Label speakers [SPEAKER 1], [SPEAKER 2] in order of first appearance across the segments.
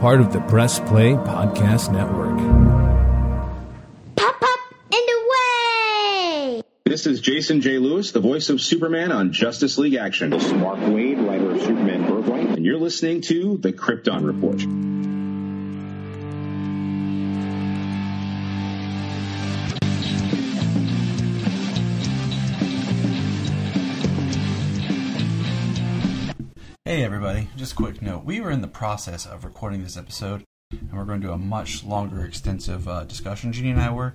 [SPEAKER 1] part of the Press Play Podcast Network.
[SPEAKER 2] Pop, pop, and away!
[SPEAKER 3] This is Jason J. Lewis, the voice of Superman on Justice League Action. This is Mark Wade, writer of Superman Birthright, and you're listening to The Krypton Report.
[SPEAKER 4] Hey everybody, just a quick note. We were in the process of recording this episode, and we're going to do a much longer, extensive uh, discussion, Jeannie and I were,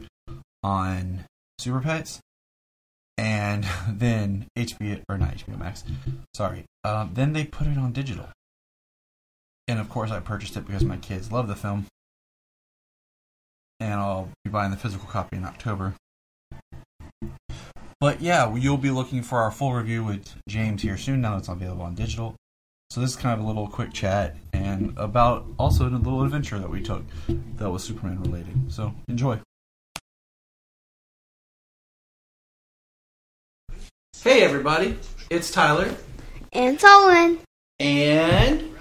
[SPEAKER 4] on Super Pets. And then HBO, or not HBO Max, sorry. Um, then they put it on digital. And of course, I purchased it because my kids love the film. And I'll be buying the physical copy in October. But yeah, you'll be looking for our full review with James here soon now that it's available on digital. So this is kind of a little quick chat and about also a little adventure that we took that was Superman related. So enjoy. Hey everybody, it's Tyler
[SPEAKER 2] And Solomon.
[SPEAKER 4] and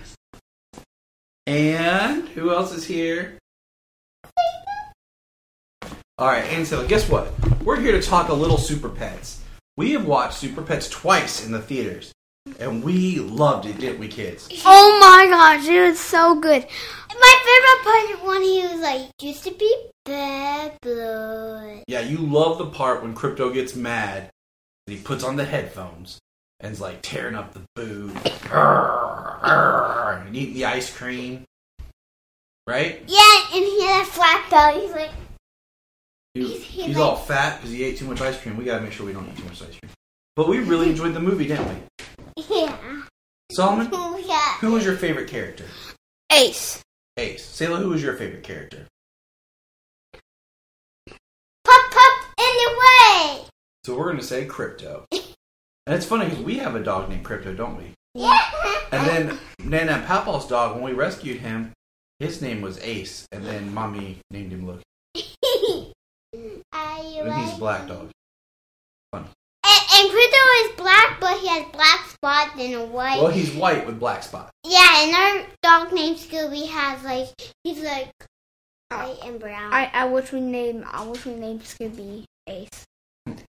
[SPEAKER 4] and who else is here? All right, and so guess what? We're here to talk a little Super Pets. We have watched Super Pets twice in the theaters, and we loved it, didn't we, kids?
[SPEAKER 2] Oh my gosh, it was so good. My favorite part is when he was like, used to be bad blood.
[SPEAKER 4] Yeah, you love the part when Crypto gets mad. He puts on the headphones and is like tearing up the food, Arr, arr, and eating the ice cream. Right?
[SPEAKER 2] Yeah, and he had a flat belly. He's like,
[SPEAKER 4] He-
[SPEAKER 2] He's- he
[SPEAKER 4] he's
[SPEAKER 2] like-
[SPEAKER 4] all fat because he ate too much ice cream. We gotta make sure we don't eat too much ice cream. But we really enjoyed the movie, didn't we?
[SPEAKER 2] yeah.
[SPEAKER 4] Solomon,
[SPEAKER 2] yeah.
[SPEAKER 4] who was your favorite character?
[SPEAKER 2] Ace.
[SPEAKER 4] Ace. Sayla, who was your favorite character?
[SPEAKER 2] Pop, pop, and away!
[SPEAKER 4] So we're gonna say Crypto. And it's funny because we have a dog named Crypto, don't we?
[SPEAKER 2] Yeah.
[SPEAKER 4] And then Nana and Papaw's dog, when we rescued him, his name was Ace, and then Mommy named him Loki.
[SPEAKER 2] I
[SPEAKER 4] And he's a black dog.
[SPEAKER 2] And, and Crypto is black, but he has black spots and a white.
[SPEAKER 4] Well, he's white with black spots.
[SPEAKER 2] Yeah, and our dog named Scooby has like he's like white and brown.
[SPEAKER 5] I, I wish we name I wish we named Scooby Ace.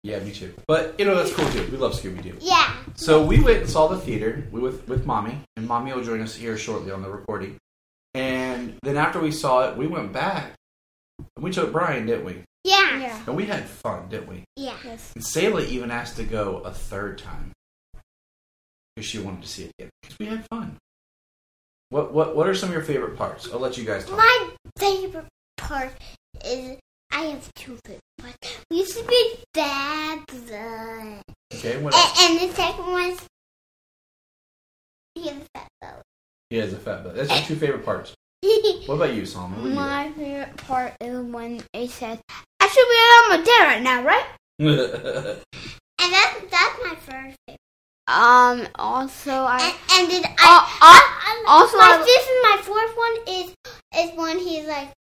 [SPEAKER 4] Yeah, me too. But you know that's cool too. We love Scooby Doo.
[SPEAKER 2] yeah,
[SPEAKER 4] So we went and saw the theater we with with mommy, and mommy will join us here shortly on the recording. And then after we saw it, we went back and we took Brian, didn't we?
[SPEAKER 2] yeah,
[SPEAKER 4] And we had fun, didn't we?
[SPEAKER 2] yeah.
[SPEAKER 5] Yes.
[SPEAKER 4] And Sayla even asked to go a third time because she wanted to see it again because we had fun. What what what are some of your favorite parts? I'll let you guys talk.
[SPEAKER 2] My favorite part is I have two favorite parts. We used to be bad blood,
[SPEAKER 4] Okay,
[SPEAKER 2] and,
[SPEAKER 4] what else?
[SPEAKER 2] and the second one's he has a fat belly.
[SPEAKER 4] Yeah, it's a fat butt. That's your two favorite parts. What about you, Solomon? What do you
[SPEAKER 5] My favorite part is when Ace said, "I should be on my dad right now, right?"
[SPEAKER 4] like?
[SPEAKER 2] and that's that's my first. Favorite.
[SPEAKER 5] Um. Also,
[SPEAKER 2] And,
[SPEAKER 5] I
[SPEAKER 2] and then I,
[SPEAKER 5] Al-
[SPEAKER 2] I, I
[SPEAKER 5] also
[SPEAKER 2] my
[SPEAKER 5] I-
[SPEAKER 2] fifth and my fourth one is is when he's like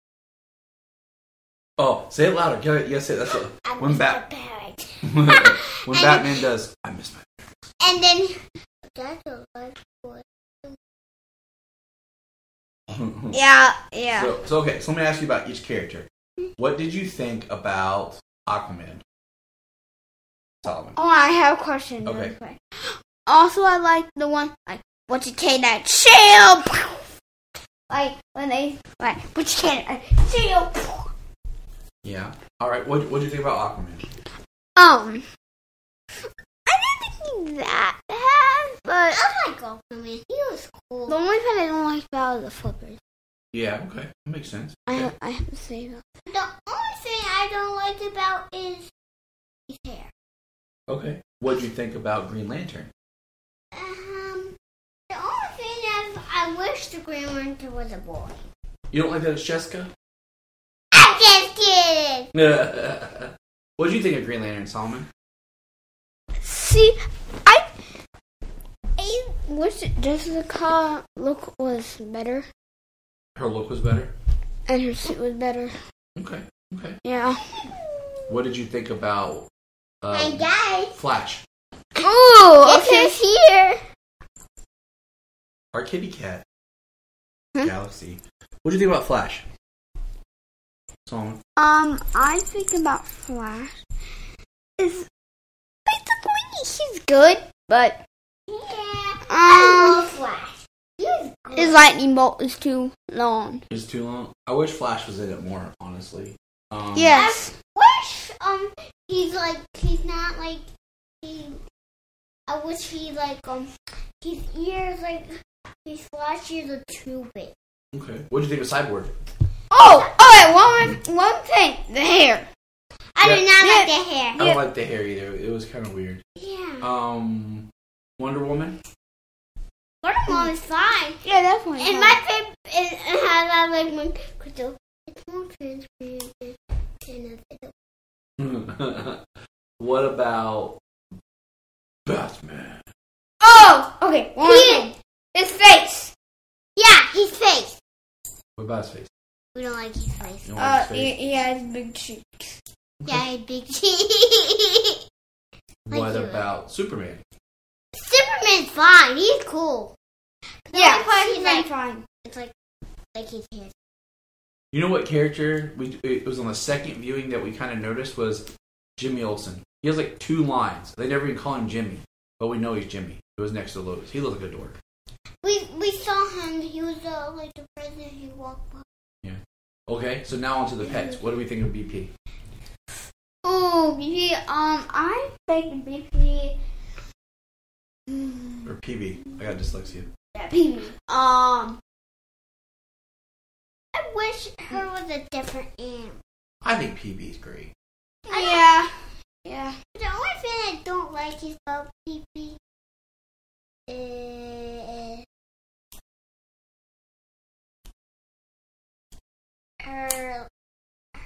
[SPEAKER 4] Oh, say it louder. Get it. Yes, it. That's it.
[SPEAKER 2] I'm
[SPEAKER 4] When
[SPEAKER 2] Mr.
[SPEAKER 4] Bat-
[SPEAKER 2] Barrett.
[SPEAKER 4] when Batman does, I miss my.
[SPEAKER 2] And then that's a large boy.
[SPEAKER 5] yeah yeah.
[SPEAKER 4] so, so okay. So let me ask you about each character. What did you think about Aquaman? Solomon.
[SPEAKER 5] oh, I have a question.
[SPEAKER 4] Okay.
[SPEAKER 5] really quick. Also, I like the one like, "What you take that chill?" Like when they like, "What you take that chill?"
[SPEAKER 4] Yeah. All right. What What did you think about Aquaman?
[SPEAKER 5] Um. I didn't think that bad, but
[SPEAKER 2] I like Aquaman. He was cool.
[SPEAKER 5] The only thing I don't like about the flippers.
[SPEAKER 4] Yeah. Okay. That makes sense.
[SPEAKER 5] I
[SPEAKER 4] Okay.
[SPEAKER 5] have, I have to say that.
[SPEAKER 2] The only thing I don't like about is his hair.
[SPEAKER 4] okay. What did you think about Green Lantern?
[SPEAKER 2] Um, the only thing that I wish the Green Lantern was a boy.
[SPEAKER 4] You don't like that it's Jessica?
[SPEAKER 2] I'm just kidding.
[SPEAKER 4] what did you think of Green Lantern, Solomon?
[SPEAKER 5] See, I I wish Jessica look was better
[SPEAKER 4] Her look was better.
[SPEAKER 5] and her suit was better.
[SPEAKER 4] Okay. Okay.
[SPEAKER 5] Yeah.
[SPEAKER 4] What did you think about
[SPEAKER 2] And
[SPEAKER 4] um,
[SPEAKER 2] guys,
[SPEAKER 4] Flash?
[SPEAKER 5] Ooh.
[SPEAKER 2] this is here.
[SPEAKER 4] Our kitty cat.
[SPEAKER 5] Hmm?
[SPEAKER 4] Galaxy. What do you think about Flash? Song.
[SPEAKER 5] Um, I think about Flash is basically he's good, but
[SPEAKER 2] Yeah,
[SPEAKER 5] Um,
[SPEAKER 2] I love Flash. He was good.
[SPEAKER 5] his lightning bolt is too long.
[SPEAKER 4] It's too long. I wish Flash was in it more, honestly. Um,
[SPEAKER 5] Yes.
[SPEAKER 2] wish um he's like he's not like he. I wish he like um his ears like his flash ears are too big.
[SPEAKER 4] Okay. What do you think of Cyborg?
[SPEAKER 5] Oh, all right. One one thing, the hair.
[SPEAKER 2] I do
[SPEAKER 4] Yeah.
[SPEAKER 2] not like
[SPEAKER 5] Yeah.
[SPEAKER 2] the hair.
[SPEAKER 4] I don't like the hair either. It was kind of weird.
[SPEAKER 2] Yeah,
[SPEAKER 4] Um, Wonder Woman.
[SPEAKER 2] Wonder Woman is fine.
[SPEAKER 5] Yeah, definitely.
[SPEAKER 2] And my favorite is and how I like my crystal. It's more transparent than another.
[SPEAKER 4] what about Batman?
[SPEAKER 5] oh, okay. One more
[SPEAKER 2] Yeah.
[SPEAKER 5] thing. His face.
[SPEAKER 2] Yeah, his face.
[SPEAKER 4] What about his face?
[SPEAKER 2] We don't like his face.
[SPEAKER 4] You don't like
[SPEAKER 5] Uh,
[SPEAKER 4] his
[SPEAKER 5] he,
[SPEAKER 4] face?
[SPEAKER 5] he has big cheeks.
[SPEAKER 2] Yeah, his big cheek.
[SPEAKER 4] what
[SPEAKER 2] like you.
[SPEAKER 4] about Superman?
[SPEAKER 2] Superman's fine. He's cool. But the only part he's like,
[SPEAKER 5] fine.
[SPEAKER 2] it's like like his hair.
[SPEAKER 4] You know what character we it was on the second viewing that we kind of noticed was Jimmy Olsen. He has like two lines. They never even call him Jimmy, but we know he's Jimmy. It was next to Lotus. He looked like a dork.
[SPEAKER 2] We we saw him. He was uh, like the president. He walked by.
[SPEAKER 4] Okay, so now on to the pets. What do we think of BP?
[SPEAKER 5] Oh, yeah. Um, I think BP.
[SPEAKER 4] Or PB? I got dyslexia.
[SPEAKER 5] Yeah, PB. Um,
[SPEAKER 2] I wish her was a different animal.
[SPEAKER 4] I think PB is great.
[SPEAKER 5] yeah, yeah.
[SPEAKER 2] The only thing I don't like is about Pee-Pee is her.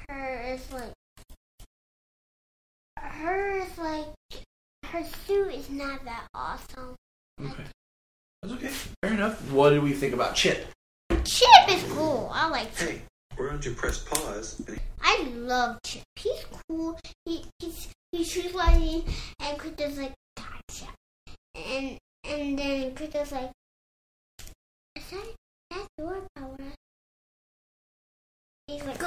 [SPEAKER 2] Her is like. Her is like. Her suit is not that awesome.
[SPEAKER 4] Okay. That's okay. Fair enough. What do we think about Chip?
[SPEAKER 2] Chip is cool. I like Chip.
[SPEAKER 6] Hey, why don't you press pause and
[SPEAKER 2] I love Chip. He's cool. He he's, he shoots lightning, and Crypto's like gotcha, and and then Crypto's like, is that that's your power? He's like,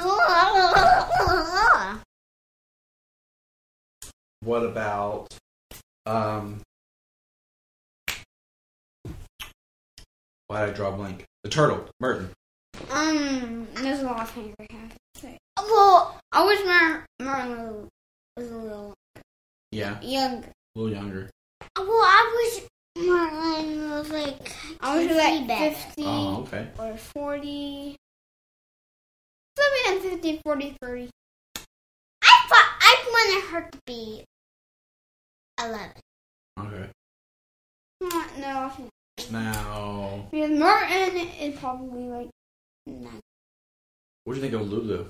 [SPEAKER 4] What about um? Why did I draw a blank? The turtle, Merton.
[SPEAKER 5] Um, there's a lot of things I have to say. Well, I wish Mer- Merlin was a little
[SPEAKER 4] Yeah,
[SPEAKER 5] younger.
[SPEAKER 4] a little younger.
[SPEAKER 2] well, I wish Merlin was like
[SPEAKER 5] I wish he was
[SPEAKER 2] Fifty
[SPEAKER 5] like
[SPEAKER 2] better.
[SPEAKER 5] 50
[SPEAKER 4] Oh, okay.
[SPEAKER 5] or 40. Something like 50, 40, 30.
[SPEAKER 2] I thought I wanted her to be eleven.
[SPEAKER 4] Okay.
[SPEAKER 5] No, I think-
[SPEAKER 4] Now,
[SPEAKER 5] because Merton is probably like nine.
[SPEAKER 4] what do you think of Lulu?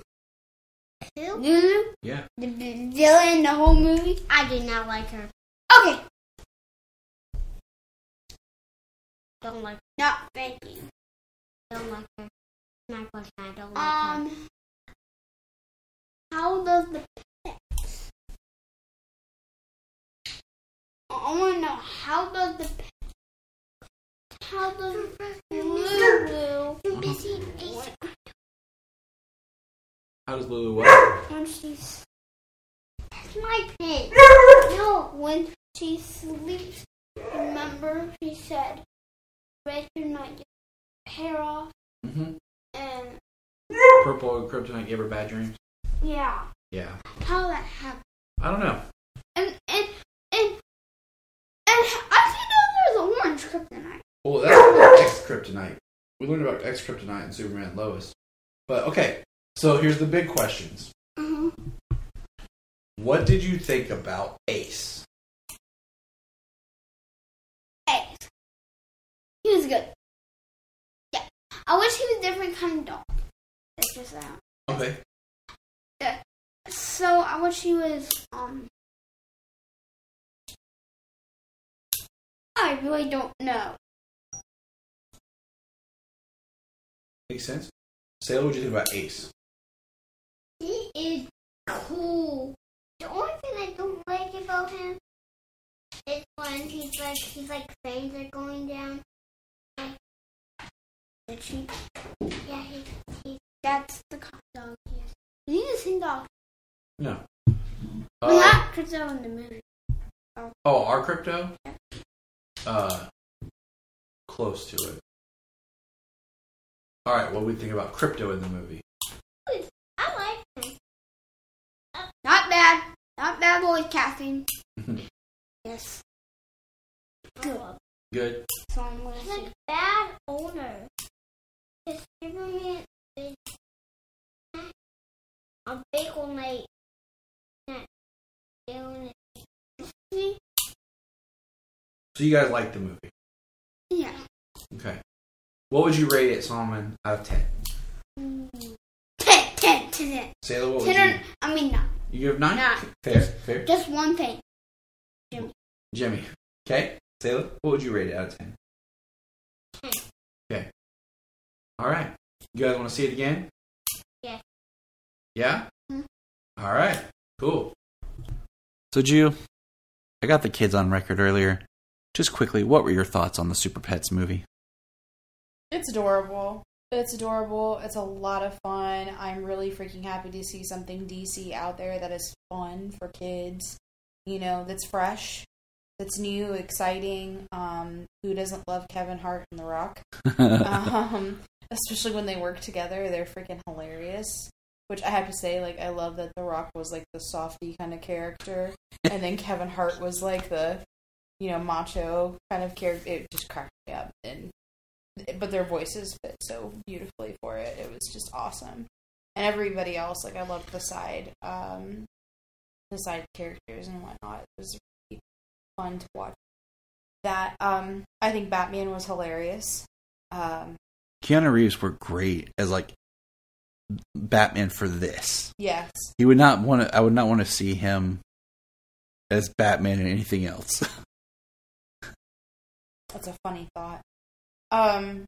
[SPEAKER 2] Who?
[SPEAKER 5] Lulu,
[SPEAKER 4] Yeah.
[SPEAKER 5] the the Dylan, the whole movie.
[SPEAKER 2] I do not like her.
[SPEAKER 5] Okay,
[SPEAKER 2] Don't like.
[SPEAKER 5] not Becky.
[SPEAKER 2] Don't like her. My question. I don't like her.
[SPEAKER 5] Um, how does the pets? I- I want to know how does the pet? How does Lulu
[SPEAKER 4] How does Lulu what?
[SPEAKER 5] when she's
[SPEAKER 2] my pin.
[SPEAKER 5] no when she sleeps? Remember, she said, "Red your night your hair off,"
[SPEAKER 4] hmm
[SPEAKER 5] and
[SPEAKER 4] Purple and Kryptonite gave her bad dreams.
[SPEAKER 5] yeah,
[SPEAKER 4] Yeah.
[SPEAKER 5] how that happened.
[SPEAKER 4] I don't know.
[SPEAKER 5] And and and and I didn't know there was an orange kryptonite.
[SPEAKER 4] Well, that's about X Kryptonite. We learned about X Kryptonite and Superman and Lois. But okay, so here's the big questions.
[SPEAKER 5] Uh-huh.
[SPEAKER 4] What did you think about Ace?
[SPEAKER 5] Hey, he was good. Yeah, I wish he was different kind of dog. That's just that.
[SPEAKER 4] Okay.
[SPEAKER 5] So I wish he was um. I really don't know.
[SPEAKER 4] Makes sense. Sailor, what did you think about Ace?
[SPEAKER 2] He is cool. The only thing I don't like about him is when he's like he's like veins are going down. Like,
[SPEAKER 5] The cheek.
[SPEAKER 2] yeah, his That's the cop dog. Yes.
[SPEAKER 5] Is he the same dog?
[SPEAKER 7] No.
[SPEAKER 5] Well,
[SPEAKER 7] Uh,
[SPEAKER 5] not Crypto in the movie.
[SPEAKER 7] oh, our crypto. Uh, close to it. All right. What do we think about crypto in the movie?
[SPEAKER 2] I like him.
[SPEAKER 5] Not bad. Not bad boy casting. yes. Good.
[SPEAKER 7] Good.
[SPEAKER 5] So I'm gonna
[SPEAKER 2] He's
[SPEAKER 5] say.
[SPEAKER 2] like bad owner. His Superman is a big one like that. Big one like-
[SPEAKER 7] So you guys like the movie?
[SPEAKER 5] Yeah.
[SPEAKER 7] Okay. What would you rate it, Solomon, out of ten?
[SPEAKER 5] Ten, ten, ten,
[SPEAKER 7] Sailor,
[SPEAKER 4] Oh,
[SPEAKER 7] what would
[SPEAKER 5] ten.
[SPEAKER 7] you?
[SPEAKER 5] Ten or, I mean, no.
[SPEAKER 7] You give nine.
[SPEAKER 5] Nine.
[SPEAKER 7] Fair. Fair.
[SPEAKER 5] Just one thing.
[SPEAKER 7] Jimmy. Okay. Sailor, what would you rate it out of ten? Okay. All right. You guys want to see it again?
[SPEAKER 2] Yeah.
[SPEAKER 7] Yeah.
[SPEAKER 5] Mhm.
[SPEAKER 7] All right. Cool. So, Jew, I got the kids on record earlier. Just quickly, what were your thoughts on the Super Pets movie?
[SPEAKER 8] It's adorable. It's adorable. It's a lot of fun. I'm really freaking happy to see something DC out there that is fun for kids. You know, that's fresh, that's new, exciting. Um, who doesn't love Kevin Hart and The Rock? um, especially when they work together, they're freaking hilarious. Which I have to say, like, I love that The Rock was like the softy kind of character, and then Kevin Hart was like the, you know, macho kind of character. It just cracked me up, and but their voices fit so beautifully for it. It was just awesome, and everybody else, like, I loved the side, um, the side characters and whatnot. It was really fun to watch. That um, I think Batman was hilarious. Um,
[SPEAKER 4] Keanu Reeves were great as like Batman for this.
[SPEAKER 8] yes.
[SPEAKER 4] He would not want to. I would not want to see him as Batman in anything else.
[SPEAKER 8] That's a funny thought. Um,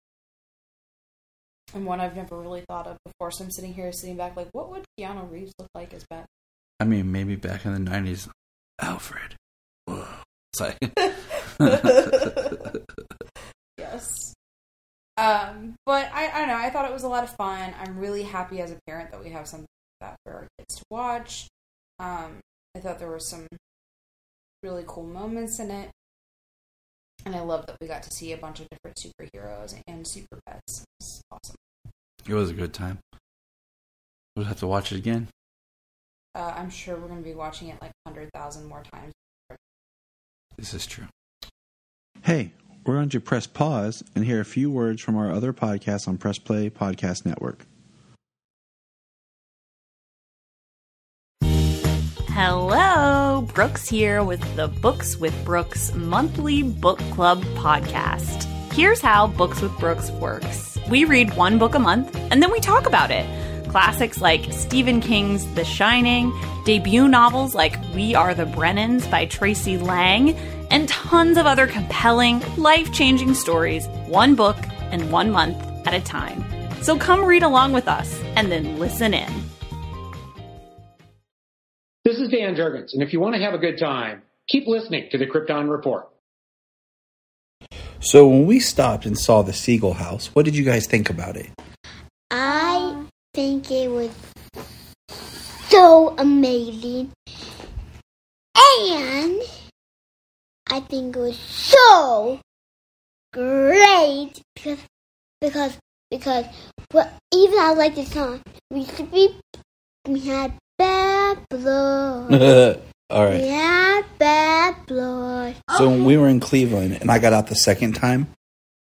[SPEAKER 8] and one I've never really thought of before. So I'm sitting here, sitting back, like, what would Keanu Reeves look like as Batman?
[SPEAKER 4] I mean, maybe back in the nineties, Alfred. Whoa. It's like-
[SPEAKER 8] yes. Um, but I, I don't know. I thought it was a lot of fun. I'm really happy as a parent that we have something like that for our kids to watch. Um, I thought there were some really cool moments in it, and I love that we got to see a bunch of different superheroes and super pets. It's awesome.
[SPEAKER 4] it was a good time. We'll have to watch it again.
[SPEAKER 8] Uh, I'm sure we're going to be watching it like hundred thousand more times.
[SPEAKER 4] This is true.
[SPEAKER 9] Hey, we're going to press pause and hear a few words from our other podcast on Press Play Podcast Network.
[SPEAKER 10] Hello, Brooks here with the Books with Brooks monthly book club podcast. Here's how Books with Brooks works we read one book a month and then we talk about it. Classics like Stephen King's The Shining, debut novels like We Are the Brennans by Tracy Lang, and tons of other compelling, life changing stories, one book and one month at a time. So come read along with us and then listen in.
[SPEAKER 11] This is Dan Jurgens, and if you want to have a good time, keep listening to the Krypton Report.
[SPEAKER 12] So when we stopped and saw the Seagull House, what did you guys think about it?
[SPEAKER 2] I think it was so amazing. And I think it was so great because because because well even I like the song. We should be we had bad blood.
[SPEAKER 12] All right.
[SPEAKER 2] We had bad blood.
[SPEAKER 12] So when we were in Cleveland and I got out the second time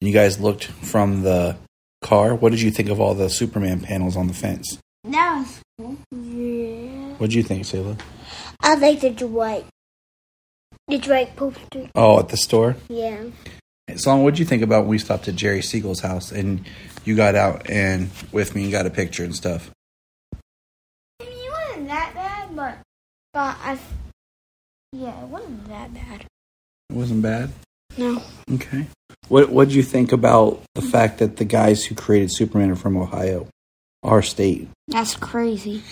[SPEAKER 12] and you guys looked from the car, what did you think of all the Superman panels on the fence?
[SPEAKER 5] That was
[SPEAKER 2] Yeah.
[SPEAKER 12] What did you think, Sayla?
[SPEAKER 2] I like the Drake. The Drake poster.
[SPEAKER 12] Oh, at the store?
[SPEAKER 2] Yeah.
[SPEAKER 12] So what did you think about when we stopped at Jerry Siegel's house and you got out and with me and got a picture and stuff?
[SPEAKER 5] I mean, it wasn't that bad, but but I yeah, it wasn't that bad.
[SPEAKER 12] It wasn't bad.
[SPEAKER 5] No.
[SPEAKER 12] Okay. What what did you think about the fact that the guys who created Superman are from Ohio, our state?
[SPEAKER 5] That's crazy.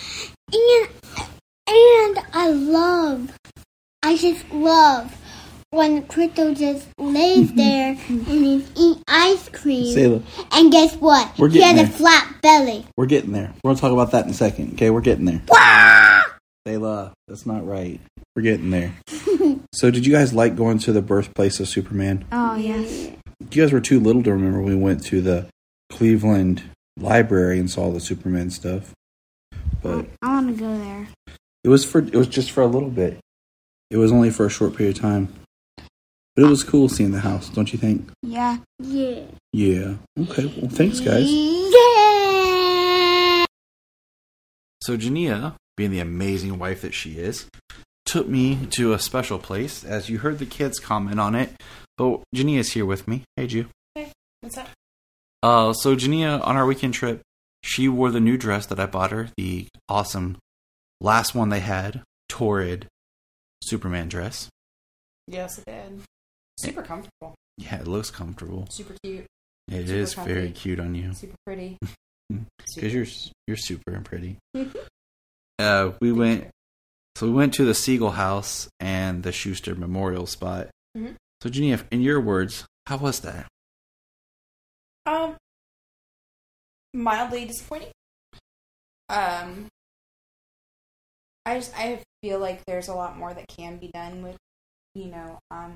[SPEAKER 2] And and I love, I just love when Crypto just lays there and he's eating ice cream.
[SPEAKER 12] Sailor.
[SPEAKER 2] And guess what?
[SPEAKER 12] We're
[SPEAKER 2] he
[SPEAKER 12] getting
[SPEAKER 2] has a
[SPEAKER 12] there.
[SPEAKER 2] flat belly.
[SPEAKER 12] We're getting there. We're gonna talk about that in a second. Okay, we're getting there. Layla, that's not right. We're getting there. so, did you guys like going to the birthplace of Superman?
[SPEAKER 5] Oh yes.
[SPEAKER 12] You guys were too little to remember when we went to the Cleveland library and saw the Superman stuff. But
[SPEAKER 5] I want to go there.
[SPEAKER 12] it was for it was just for a little bit. It was only for a short period of time. But it was cool seeing the house, don't you think?
[SPEAKER 5] Yeah. Yeah.
[SPEAKER 12] Yeah. Okay. Well, thanks, guys.
[SPEAKER 5] Yeah.
[SPEAKER 4] So Jania, being the amazing wife that she is, took me to a special place. As you heard the kids comment on it, but Jania's here with me. Hey, Ju.
[SPEAKER 8] What's up?
[SPEAKER 4] Uh, so Jania, on our weekend trip, she wore the new dress that I bought her, the awesome last one they had, torrid Superman dress.
[SPEAKER 8] Yes, it did. Super comfortable.
[SPEAKER 4] Yeah, it looks comfortable.
[SPEAKER 8] Super cute.
[SPEAKER 4] It is
[SPEAKER 8] Super comfy.
[SPEAKER 4] very cute on you
[SPEAKER 8] Super pretty.
[SPEAKER 4] because you're s- you're super and pretty.
[SPEAKER 8] Mm-hmm.
[SPEAKER 4] Uh, we went, so we went to the Siegel House and the Schuster Memorial spot.
[SPEAKER 8] Mhm.
[SPEAKER 4] So, Geneva, in your words, how was that?
[SPEAKER 8] Um, mildly disappointing. Um, I just I feel like there's a lot more that can be done with, you know, um,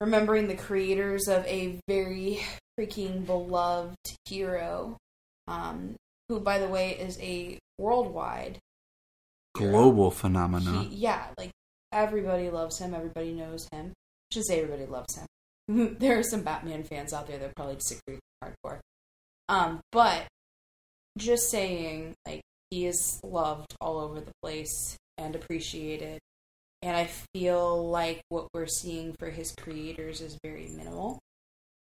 [SPEAKER 8] remembering the creators of a very freaking beloved hero, um, who by the way is a worldwide
[SPEAKER 4] Global phenomenon.
[SPEAKER 8] he, yeah, like everybody loves him. Everybody knows him. I should say everybody loves him. there are some Batman fans out there that probably disagree hardcore. Um, but just saying, like he is loved all over the place and appreciated. And I feel like what we're seeing for his creators is very minimal.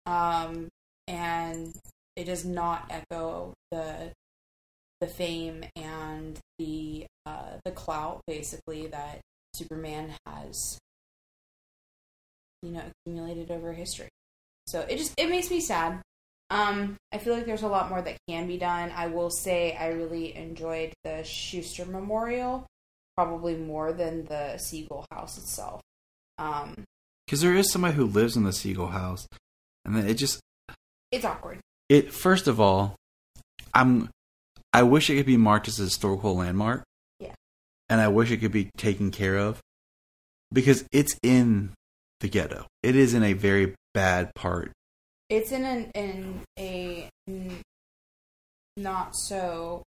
[SPEAKER 8] Um, and it does not echo the the fame and the uh, the clout basically that Superman has you know accumulated over history. So it just it makes me sad. Um, I feel like there's a lot more that can be done. I will say I really enjoyed the Schuster Memorial probably more than the Siegel House itself. Um,
[SPEAKER 4] Because there is somebody who lives in the Siegel House, and then it just
[SPEAKER 8] it's awkward.
[SPEAKER 4] it. First of all, I'm I wish it could be marked as a historical landmark.
[SPEAKER 8] Yeah.
[SPEAKER 4] and I wish it could be taken care of because it's in the ghetto. It is in a very bad part.
[SPEAKER 8] It's in an in a n- not so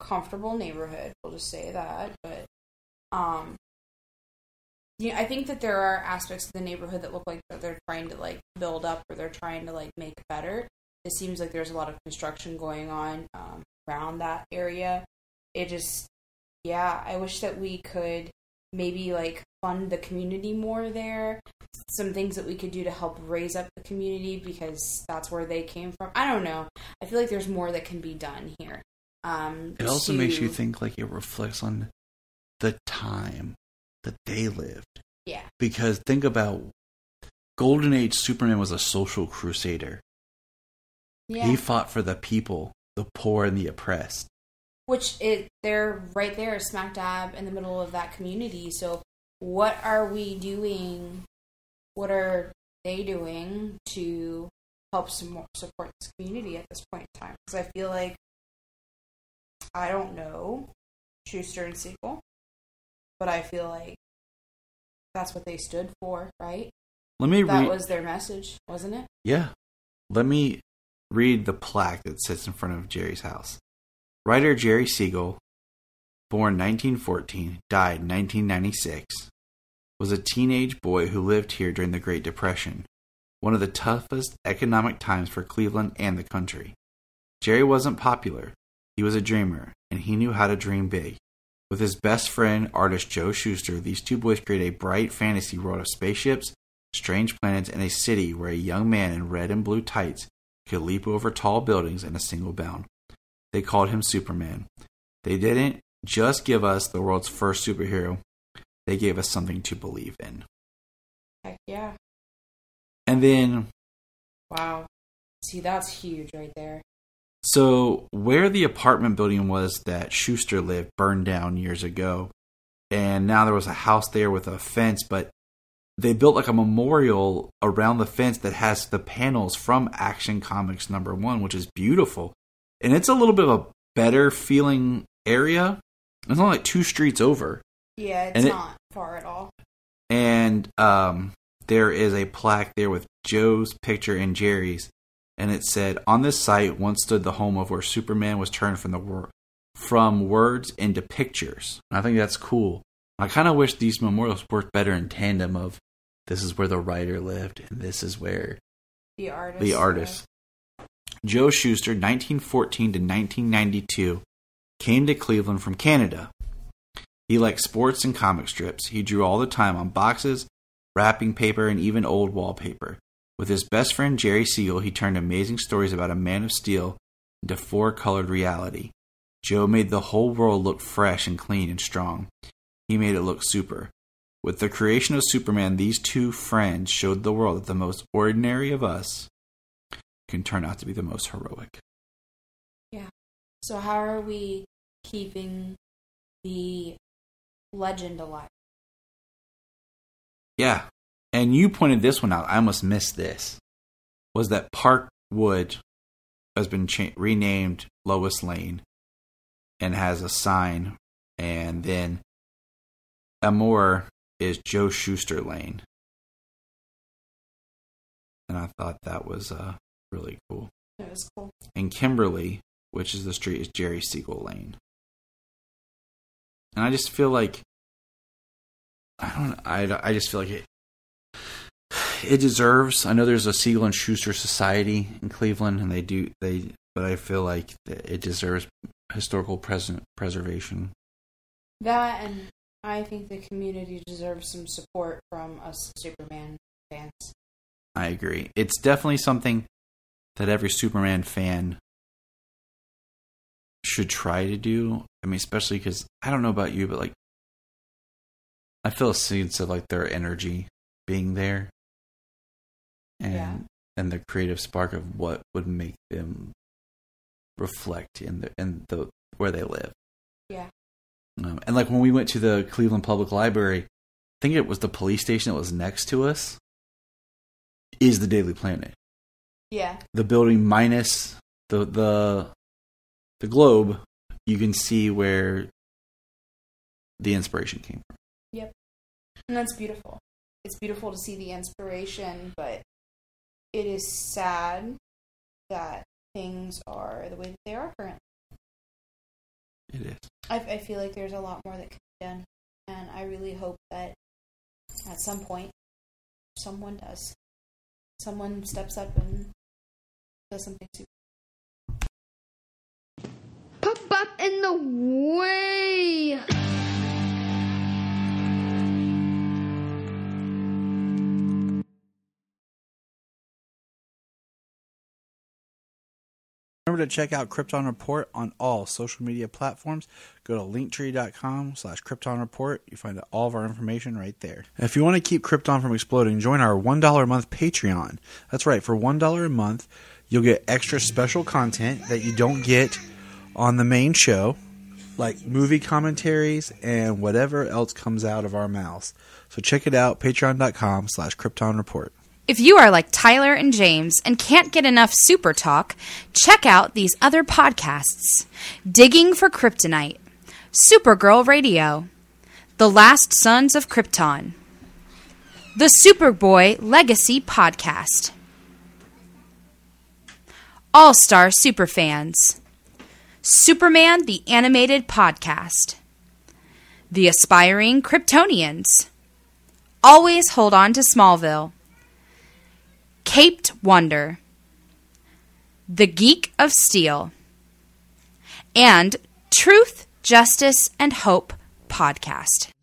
[SPEAKER 8] comfortable neighborhood. We'll just say that, but um, yeah, I think that there are aspects of the neighborhood that look like that they're trying to like build up or they're trying to like make better. It seems like there's a lot of construction going on um, around that area. It just, yeah, I wish that we could maybe like fund the community more there some things that we could do to help raise up the community because that's where they came from. I don't know. I feel like there's more that can be done here. Um,
[SPEAKER 4] It also
[SPEAKER 8] to-
[SPEAKER 4] makes you think like it reflects on the time that they lived.
[SPEAKER 8] Yeah.
[SPEAKER 4] Because think about Golden Age Superman was a social crusader.
[SPEAKER 8] Yeah.
[SPEAKER 4] He fought for the people, the poor and the oppressed.
[SPEAKER 8] which it they're right there smack dab in the middle of that community so what are we doing what are they doing to help some, support this community at this point in time because i feel like i don't know schuster and siegel but i feel like that's what they stood for right
[SPEAKER 4] Let me
[SPEAKER 8] that
[SPEAKER 4] read
[SPEAKER 8] was their message wasn't it
[SPEAKER 4] Yeah. Let me read the plaque that sits in front of Jerry's house. Writer Jerry Siegel, born 1914, died 1996, was a teenage boy who lived here during the Great Depression, one of the toughest economic times for Cleveland and the country. Jerry wasn't popular. He was a dreamer, and he knew how to dream big. With his best friend, artist Joe Schuster, these two boys create a bright fantasy world of spaceships, strange planets, and a city where a young man in red and blue tights could leap over tall buildings in a single bound. They called him Superman. They didn't just give us the world's first superhero, they gave us something to believe in.
[SPEAKER 8] heck yeah
[SPEAKER 4] And then,
[SPEAKER 8] wow see that's huge right there
[SPEAKER 4] so where the apartment building was that Schuster lived burned down years ago, and now there was a house there with a fence, but they built like a memorial around the fence that has the panels from Action Comics number one, which is beautiful. And it's a little bit of a better feeling area. It's only like two streets over.
[SPEAKER 8] Yeah, it's
[SPEAKER 4] And it-
[SPEAKER 8] not far at all.
[SPEAKER 4] And um, there is a plaque there with Joe's picture and Jerry's. And it said, On this site once stood the home of where Superman was turned from the wor- from words into pictures. And I think that's cool. I kind of wish these memorials worked better in tandem of this is where the writer lived and this is where
[SPEAKER 8] The artist.
[SPEAKER 4] the artist. Joe Schuster, 1914 to 1992, came to Cleveland from Canada. He liked sports and comic strips. He drew all the time on boxes, wrapping paper, and even old wallpaper. With his best friend Jerry Siegel, he turned amazing stories about a man of steel into four colored reality. Joe made the whole world look fresh and clean and strong. He made it look super. With the creation of Superman, these two friends showed the world that the most ordinary of us can turn out to be the most heroic.
[SPEAKER 8] Yeah. So how are we keeping the legend alive?
[SPEAKER 4] Yeah. And you pointed this one out. I almost missed this. Was that Parkwood has been cha- renamed Lois Lane and has a sign. And then Amore is Joe Schuster Lane. And I thought that was uh, really cool.
[SPEAKER 8] That was cool.
[SPEAKER 4] and Kimberly, which is the street, is Jerry Siegel Lane. And I just feel like I don't. I I just feel like it. It deserves. I know there's a Siegel and Schuster Society in Cleveland, and they do they. But I feel like that it deserves historical present preservation.
[SPEAKER 8] That and I think the community deserves some support from us Superman fans.
[SPEAKER 4] I agree. It's definitely something that every Superman fan should try to do. I mean, especially because I don't know about you, but like, I feel a sense of like their energy being there, and
[SPEAKER 8] Yeah.
[SPEAKER 4] and the creative spark of what would make them reflect in the in the where they live.
[SPEAKER 8] Yeah.
[SPEAKER 4] Um, and like when we went to the Cleveland Public Library, I think it was the police station that was next to us. Is the Daily Planet
[SPEAKER 8] Yeah.
[SPEAKER 4] the building minus the the the globe? You can see where the inspiration came from.
[SPEAKER 8] Yep. And that's beautiful. It's beautiful to see the inspiration, but it is sad that things are the way that they are currently.
[SPEAKER 4] It is.
[SPEAKER 8] I, I feel like there's a lot more that can be done, and I really hope that at some point someone does. Someone steps up and does something super.
[SPEAKER 5] Pop up in the way.
[SPEAKER 12] Remember to check out Krypton Report on all social media platforms. Go to linktree.com slash Krypton Report. You find all of our information right there. If you want to keep Krypton from exploding, join our $1 a month Patreon. That's right, for $1 a month, you'll get extra special content that you don't get on the main show, like movie commentaries and whatever else comes out of our mouths. So check it out, patreon.com slash Krypton Report.
[SPEAKER 10] If you are like Tyler and James and can't get enough super talk, check out these other podcasts Digging for Kryptonite, Supergirl Radio, The Last Sons of Krypton, The Superboy Legacy Podcast, All Star Superfans, Superman the Animated Podcast, The Aspiring Kryptonians, Always Hold On to Smallville. Caped Wonder, The Geek of Steel, and Truth, Justice, and Hope podcast.